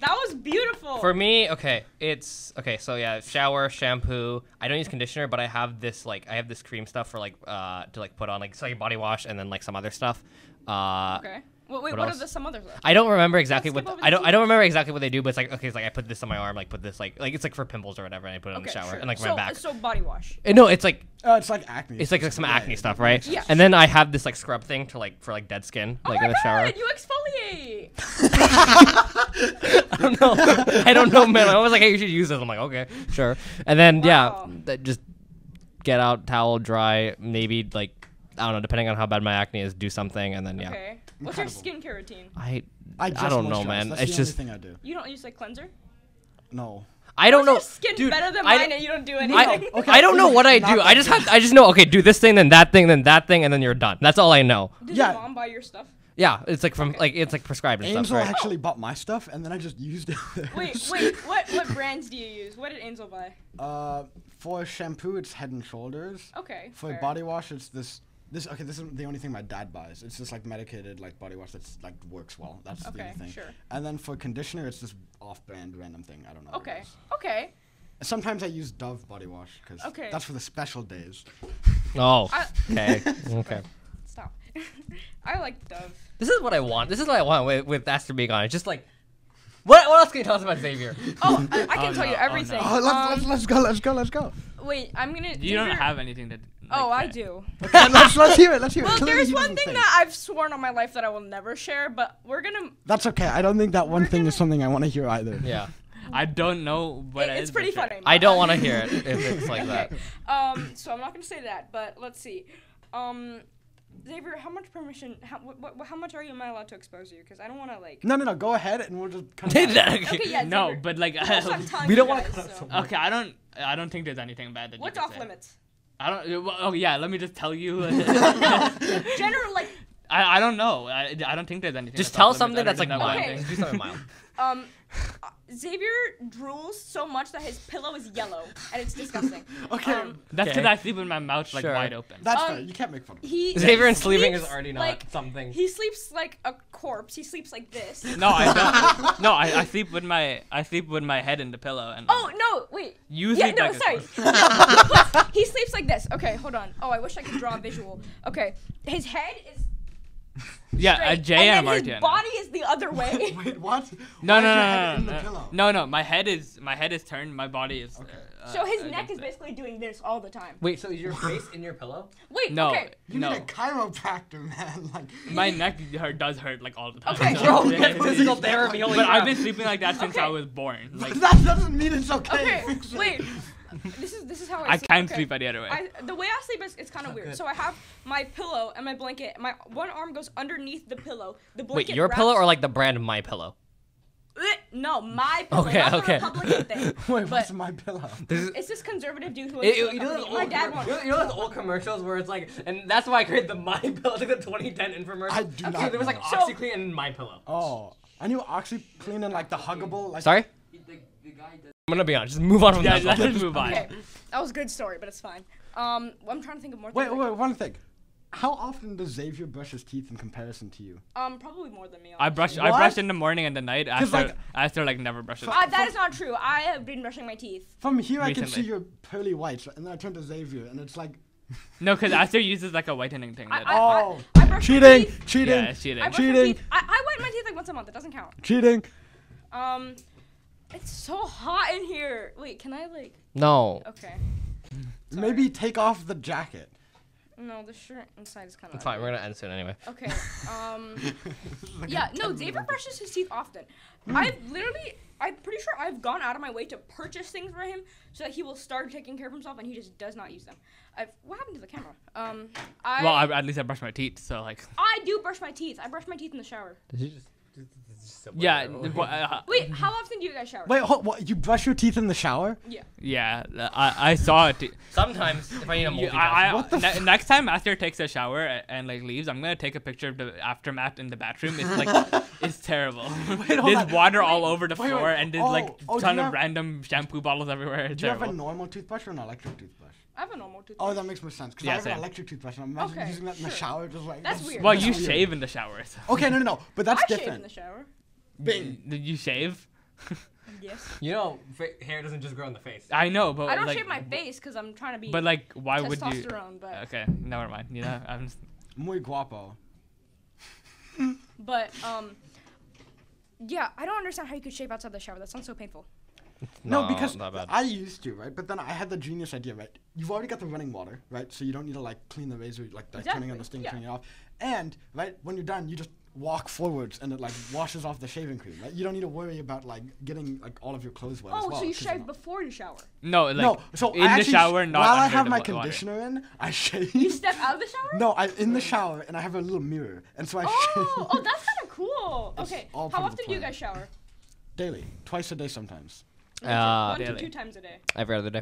S3: That was beautiful.
S2: For me, okay, it's okay. So yeah, shower, shampoo. I don't use conditioner, but I have this like I have this cream stuff for like uh to like put on like so like body wash and then like some other stuff. Uh,
S3: okay. Well, wait,
S2: What
S3: what,
S2: else?
S3: are the some others? left?
S2: I don't remember exactly
S3: skip
S2: what
S3: over the
S2: I don't I
S3: tea.
S2: don't remember exactly what they do, but it's like okay, it's like I put this on my arm, like put this like like it's like for pimples or whatever, and I put it on the
S3: okay,
S2: shower
S3: sure.
S2: and like
S3: so,
S2: my back.
S3: So body wash.
S2: Uh, no, it's like
S1: Uh, it's like acne.
S2: it's like, like some
S1: Yeah,
S2: acne
S1: yeah.
S2: stuff, right?
S3: Yeah.
S2: And then I have this like scrub thing to like for like dead skin, like
S3: oh my
S2: in the shower.
S3: god, you
S2: (laughs)
S3: exfoliate.
S2: I don't know.
S3: (laughs)
S2: I don't know, man. I was like, hey, you should use this. I'm like, okay, sure. And then
S3: Wow.
S2: yeah, that just get out, towel, dry, maybe like I don't know, depending on how bad my acne is, do something, and then yeah.
S3: Okay. What's your
S1: Incredible.
S3: skincare routine?
S2: I
S1: I,
S2: I
S1: just
S2: don't know,
S1: moisturize.
S2: man.
S1: That's
S2: It's
S1: the
S2: just-
S1: only thing I do.
S3: You don't use like cleanser?
S1: No.
S2: I don't
S3: What's
S2: know.
S3: Your skin
S2: dude,
S3: better than
S2: I
S3: mine,
S2: d-
S3: and you don't do
S2: I,
S3: anything.
S1: okay.
S2: I don't know what I
S1: Not
S2: do.
S1: that
S2: I just
S1: good.
S2: have I just know okay do this thing then that thing then that thing and then you're done. That's all I know.
S3: (laughs) Does
S1: Yeah.
S3: your mom buy your stuff?
S2: Yeah, it's like from like it's like prescribed and stuff,
S1: Angel
S2: right?
S1: actually bought my stuff, and then I just used it. (laughs) there.
S3: Wait, wait. What what brands do you use? What did Angel buy?
S1: Uh, for shampoo, it's Head and Shoulders.
S3: Okay.
S1: For
S3: fair.
S1: body wash, it's this. This okay. This is the only thing my dad buys. It's this like medicated like body wash that's like works well. That's the
S3: Okay,
S1: only thing.
S3: sure.
S1: And then for conditioner, it's this off-brand random thing. I don't know. what it
S3: Okay.
S1: is.
S3: Okay.
S1: Sometimes I use Dove body wash because
S3: Okay.
S1: that's for the special days.
S2: Oh,
S3: I-
S2: okay,
S3: (laughs)
S2: okay.
S3: Stop. (laughs) I like Dove.
S2: This is what I want. This is what I want with, with Aster being on. It's just like, what what else can you tell us about Xavier?
S3: Oh, I, I can
S4: Oh,
S3: tell
S4: no.
S3: you
S4: Oh, no.
S3: everything.
S1: (laughs) Oh, let's,
S3: Um,
S1: let's, let's go. Let's go. Let's go.
S3: Wait, I'm gonna.
S4: (laughs) You don't
S3: Xavier-
S4: have anything that. Like,
S3: Oh, I
S4: that-
S3: do.
S1: let's, let's hear it. Let's hear it.
S3: Well,
S1: Clearly
S3: there's
S1: he
S3: one
S1: doesn't
S3: thing
S1: think.
S3: that I've sworn on my life that I will never share, but we're gonna.
S1: That's okay. I don't think that one
S3: We're
S1: thing is
S3: gonna-
S1: something I want to hear either.
S2: Yeah,
S4: I don't know, but
S3: it-
S4: it
S3: it's
S4: is
S3: pretty
S4: bullshit.
S3: funny.
S2: I don't want to hear it if it's
S1: (laughs)
S2: like that.
S3: (laughs) Um, so I'm not gonna say that, but let's see. Um, Xavier, how much permission? How what, what, how much are you am I allowed to expose you? Because I don't want
S2: (laughs)
S3: to like.
S1: No, no, no. Go ahead, and we'll just. Kind
S2: Did
S1: of
S2: that-
S3: Okay, yeah.
S4: No,
S3: Xavier,
S4: but like, (laughs)
S3: also I'm telling
S2: We
S3: you
S2: don't wanna
S3: guys,
S2: cut out
S3: so-
S2: someone.
S4: okay, I don't, I don't think there's anything bad that.
S3: What's
S4: you could
S3: off
S4: say.
S3: limits?
S4: I don't. well, Oh yeah, let me just tell
S2: (laughs)
S4: you. (laughs)
S3: General, like,
S4: I, I don't know. I, I don't think there's anything.
S2: Just
S4: that's
S2: tell
S4: off
S2: something
S4: limits
S2: that's like
S4: other than
S2: mild.
S4: that one
S3: Okay.
S4: thing.
S2: Do
S4: (laughs)
S2: something (laughs) mild.
S3: um, uh, Xavier drools so much that his pillow is yellow, and it's disgusting.
S1: Okay.
S3: Um,
S2: (laughs)
S4: That's
S2: Okay.
S4: because I sleep with my mouth like
S2: Sure.
S4: wide open.
S1: (laughs) That's
S3: Um,
S1: fair. You can't make fun of. (laughs) me.
S3: He
S2: Xavier and
S3: sleeps
S2: sleeping is already not
S3: like,
S2: something.
S3: He sleeps like a corpse. He sleeps
S2: (laughs)
S3: like this.
S4: no, I don't. No, I, I sleep with my I sleep with my head in the pillow and.
S3: Oh no! Wait.
S4: You
S3: yeah,
S4: sleep
S3: no,
S4: like a
S3: sorry.
S2: (laughs)
S3: he sleeps like this. Okay, hold on. Oh, I wish I could draw a visual. Okay, his head is
S4: Yeah,
S3: straight,
S4: a J
S3: and
S4: and
S3: then
S4: a
S3: his
S4: Martian.
S3: body is the
S2: (laughs)
S3: other way.
S1: Wait, what?
S4: No,
S1: Why
S4: no,
S1: is your
S4: no,
S1: head in the
S4: no, no,
S1: pillow?
S4: no, no. My head is my head is turned. My body is. uh,
S3: (laughs) so
S4: uh,
S3: his neck
S4: against
S3: is
S4: it.
S3: basically doing this all the time.
S2: Wait, so is (laughs) your face in your pillow?
S3: Wait.
S4: No,
S3: Okay.
S1: You
S4: no.
S1: need a chiropractor, man. (laughs) Like,
S4: My neck hurt, does hurt like all the time.
S3: Okay.
S2: Bro,
S4: (laughs) Yeah,
S2: that's
S4: it
S2: (laughs)
S4: is.
S2: physical therapy. Holy
S4: But I've
S2: crap.
S4: been sleeping like that since I
S3: Okay.
S4: was
S1: (laughs)
S4: born. Like
S1: that doesn't mean it's okay.
S3: Okay. (laughs) Wait. This is this is how I.
S4: I
S3: sleep.
S4: can't
S3: okay.
S4: sleep oh any other way.
S3: I, the way I sleep is it's kind of weird.
S2: good.
S3: So I have my pillow and my blanket. My one arm goes underneath the pillow.
S2: (laughs)
S3: The
S2: Wait,
S3: blanket.
S2: your pillow
S3: wraps-
S2: or like the brand of my pillow?
S3: Eh, No, my pillow.
S2: Okay,
S3: not the
S2: okay.
S3: Republican thing.
S1: Wait,
S3: But-
S1: what's my pillow?
S2: This is.
S3: It's this conservative dude
S2: (laughs)
S3: who.
S2: It,
S3: owns a
S2: you, know
S3: company.
S2: those
S3: my
S2: old,
S3: dad
S2: you,
S3: wants.
S2: know, you know those old commercials where it's like, and that's why I created the (laughs) My Pillow, like the 2010 infomercial.
S1: I do
S2: Okay,
S1: not
S2: There was like
S1: know.
S3: So-
S2: OxyClean and My Pillow.
S1: Oh, I knew OxyClean and like the huggable. Like,
S2: Sorry. I'm gonna be honest. Just move on
S1: (laughs)
S2: from
S4: yeah,
S2: that.
S4: let's
S2: topic.
S4: move on.
S3: Okay, that was a good story, but it's fine. Um, well, I'm trying to think of more.
S1: Wait,
S3: things I
S1: wait, one thing. How often does Xavier brush his teeth in comparison to you?
S3: could- Um, probably more than me.
S4: I
S3: honestly.
S4: brush. I
S1: What?
S4: brush in the morning and the night. After,
S1: like-
S4: after like never brushes.
S3: Uh, that is not true. I have been brushing my teeth.
S1: From here, I can see
S4: Recently.
S1: your pearly whites, and then I turn to Xavier, and it's like,
S4: No, because after uses like a whitening thing.
S3: I,
S4: That,
S3: I,
S1: oh,
S3: I, I brush
S1: (laughs)
S3: My
S1: cheating,
S3: teeth.
S1: cheating,
S4: yeah, it's cheating.
S3: I brush
S1: Cheating.
S3: My teeth. I, I wipe my teeth like once a month. It doesn't count.
S1: cheating.
S3: Um, it's so hot in here. Wait, can I like?
S2: No.
S3: Okay.
S1: Maybe take off the jacket.
S3: No, the shirt inside is kind of.
S2: It's fine. We're gonna end soon anyway.
S1: (laughs)
S3: Okay. Um.
S1: This is like a Hmm.
S3: Yeah, no,
S1: 10
S3: Xavier
S1: minute-
S3: brushes his teeth often. I've literally, I'm pretty sure I've gone out of my way to purchase things for him so that he will start taking care of himself, and he just does not use them. I've, what happened to the camera? Um, I,
S4: well,
S3: I,
S4: I, at least I brush my teeth. So like.
S3: do brush my teeth. I brush my teeth in the shower.
S2: Did you just? just
S4: Yeah.
S1: (laughs)
S4: wha- uh,
S3: Wait, how often do you guys shower?
S1: Wait, hold, what? You brush your teeth in the shower?
S3: Yeah.
S4: yeah. I, I saw it.
S1: (laughs)
S2: Sometimes if I need a multi.
S4: (laughs) You- I, I, ne- next time Aster takes a shower a- and like leaves, I'm gonna take a picture of the aftermath in the bathroom. It's
S1: (laughs)
S4: like it's terrible.
S1: hold
S4: there's
S1: on.
S4: water all over the
S1: Wait, wait.
S4: floor, and there's like
S1: Oh, oh, do
S4: ton
S1: you
S4: of
S1: have-
S4: random shampoo bottles everywhere. It's
S1: Do you have a
S4: terrible.
S1: normal toothbrush or an electric toothbrush?
S3: I have a normal toothbrush.
S1: Oh, that makes more sense. Because
S4: Yeah,
S1: I have
S4: same.
S1: an electric toothbrush, and I'm imagining
S3: Okay,
S1: using that in the
S3: sure.
S1: shower, just like.
S3: That's weird.
S4: well, you
S1: weird.
S4: shave in the shower. So.
S1: Okay, no, no, no, but that's
S3: I shave in
S1: different.
S3: the shower.
S4: Did you shave?
S3: Yes.
S2: You know, fa- hair doesn't just grow on the face.
S4: I know, but
S3: I don't
S4: like,
S3: shave my face because I'm trying to be
S4: But like, why would you?
S3: testosterone, but
S4: Okay, never mind. You know, I'm. Just,
S1: Muy guapo.
S3: but um, yeah, I don't understand how you could shave outside the shower. That sounds so painful.
S1: No, because
S2: not bad.
S1: I used to, right? But then I had the genius idea, right? You've already got the running water, right? So you don't need to like clean the razor, like, like turning
S3: Exactly,
S1: on this thing,
S3: yeah.
S1: turning it off. And right when you're done, you just walk forwards and it like washes off the shaving cream, right? You don't need to worry about like getting like all of your clothes wet. as
S3: oh,
S1: well,
S3: so you
S1: 'cause you're not-
S3: shave before you shower?
S4: no, like
S1: no, so
S4: in
S1: I
S4: the
S1: actually,
S4: shower, not
S1: while I
S4: under
S1: have
S4: the
S1: my
S4: wa- water.
S1: conditioner in, I shave.
S3: You step out of the
S1: (laughs)
S3: shower?
S1: no, I in the shower and I have a little mirror, and so I shave
S3: Oh,
S1: (laughs)
S3: (laughs) oh, that's kind of cool. Okay, how
S1: all part of the
S3: often do you
S1: plan.
S3: guys shower?
S1: daily, twice a day sometimes.
S2: Uh,
S3: One to
S4: daily.
S3: two times a day.
S2: Every other day.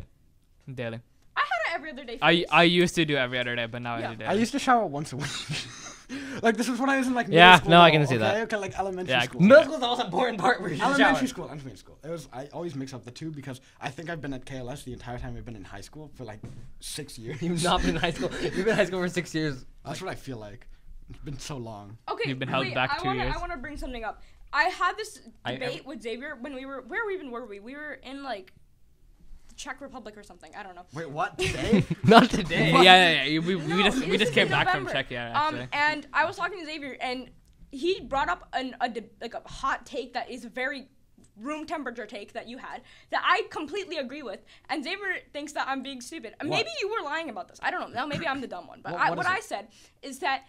S4: daily.
S3: I had it every other day.
S4: I
S3: phase.
S4: I used to do every other day, but now I
S3: Yeah.
S4: do
S1: I
S4: daily. (laughs)
S1: used to shower once a week. (laughs) like this was when I was in like middle
S2: Yeah,
S1: school,
S2: no, I can see
S1: okay?
S2: that.
S1: Okay, like elementary
S4: Yeah, I
S1: school.
S4: can-
S2: Middle school's the most important part where you should shower.
S1: elementary school, elementary school. It was I always mix up the two because I think I've been at KLS the entire time I've been in high school for like six years.
S2: You've not been in high school. You've been in high school for six years.
S1: That's what I feel like. It's been so long.
S3: Okay,
S4: You've been held
S3: wait,
S4: back
S3: I
S4: two
S3: wanna,
S4: years.
S3: I want to bring something up. I had this
S2: I am-
S3: debate with Xavier when we were where even were we? We were in like the Czech Republic or something. I don't know.
S1: Wait, (laughs) what? Today?
S2: Not today.
S4: yeah, yeah, yeah. We, we
S3: No,
S4: just
S3: it
S4: we
S3: was
S4: just
S3: Oh, in
S4: came back from
S3: November.
S4: Czech, yeah. Actually.
S3: Um, and I was talking to Xavier, and he brought up an a de- like a hot take that is a very room temperature take that you had that I completely agree with, and Xavier thinks that I'm being stupid. And
S1: What?
S3: Maybe you were lying about this. I don't know. Now maybe I'm the dumb one. But
S1: What-
S3: I,
S1: what
S3: what
S1: is it?
S3: I said is that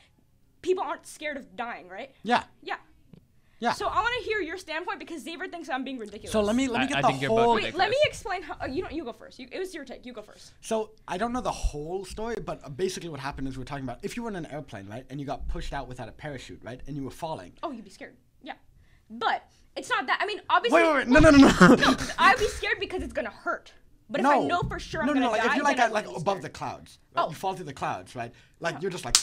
S3: people aren't scared of dying, right?
S1: yeah.
S3: Yeah.
S1: Yeah.
S3: So I want to hear your standpoint because Xavier thinks I'm being ridiculous.
S1: So let me let me
S4: I-
S1: get
S4: I
S1: the
S4: think you're both
S1: whole.
S3: Wait, let
S4: ridiculous.
S3: me explain how. Uh, you don't. You go first. You, it was your take. You go first.
S1: So I don't know the whole story, but uh, basically what happened is we we're talking about if you were in an airplane, right, and you got pushed out without a parachute, right, and you were falling.
S3: Oh, you'd be scared. Yeah. But it's not that. I mean, obviously.
S1: Wait, wait, wait! No, no, no, no.
S3: I'd be scared because it's gonna hurt. But if I know for sure I'm
S1: no,
S3: gonna
S1: no, no, like
S3: die,
S1: if you're
S3: then
S1: like
S3: I
S1: at, like
S3: wouldn't be
S1: above the
S3: scared.
S1: clouds, right?
S3: Oh.
S1: you fall through the clouds, right? Like you're just like,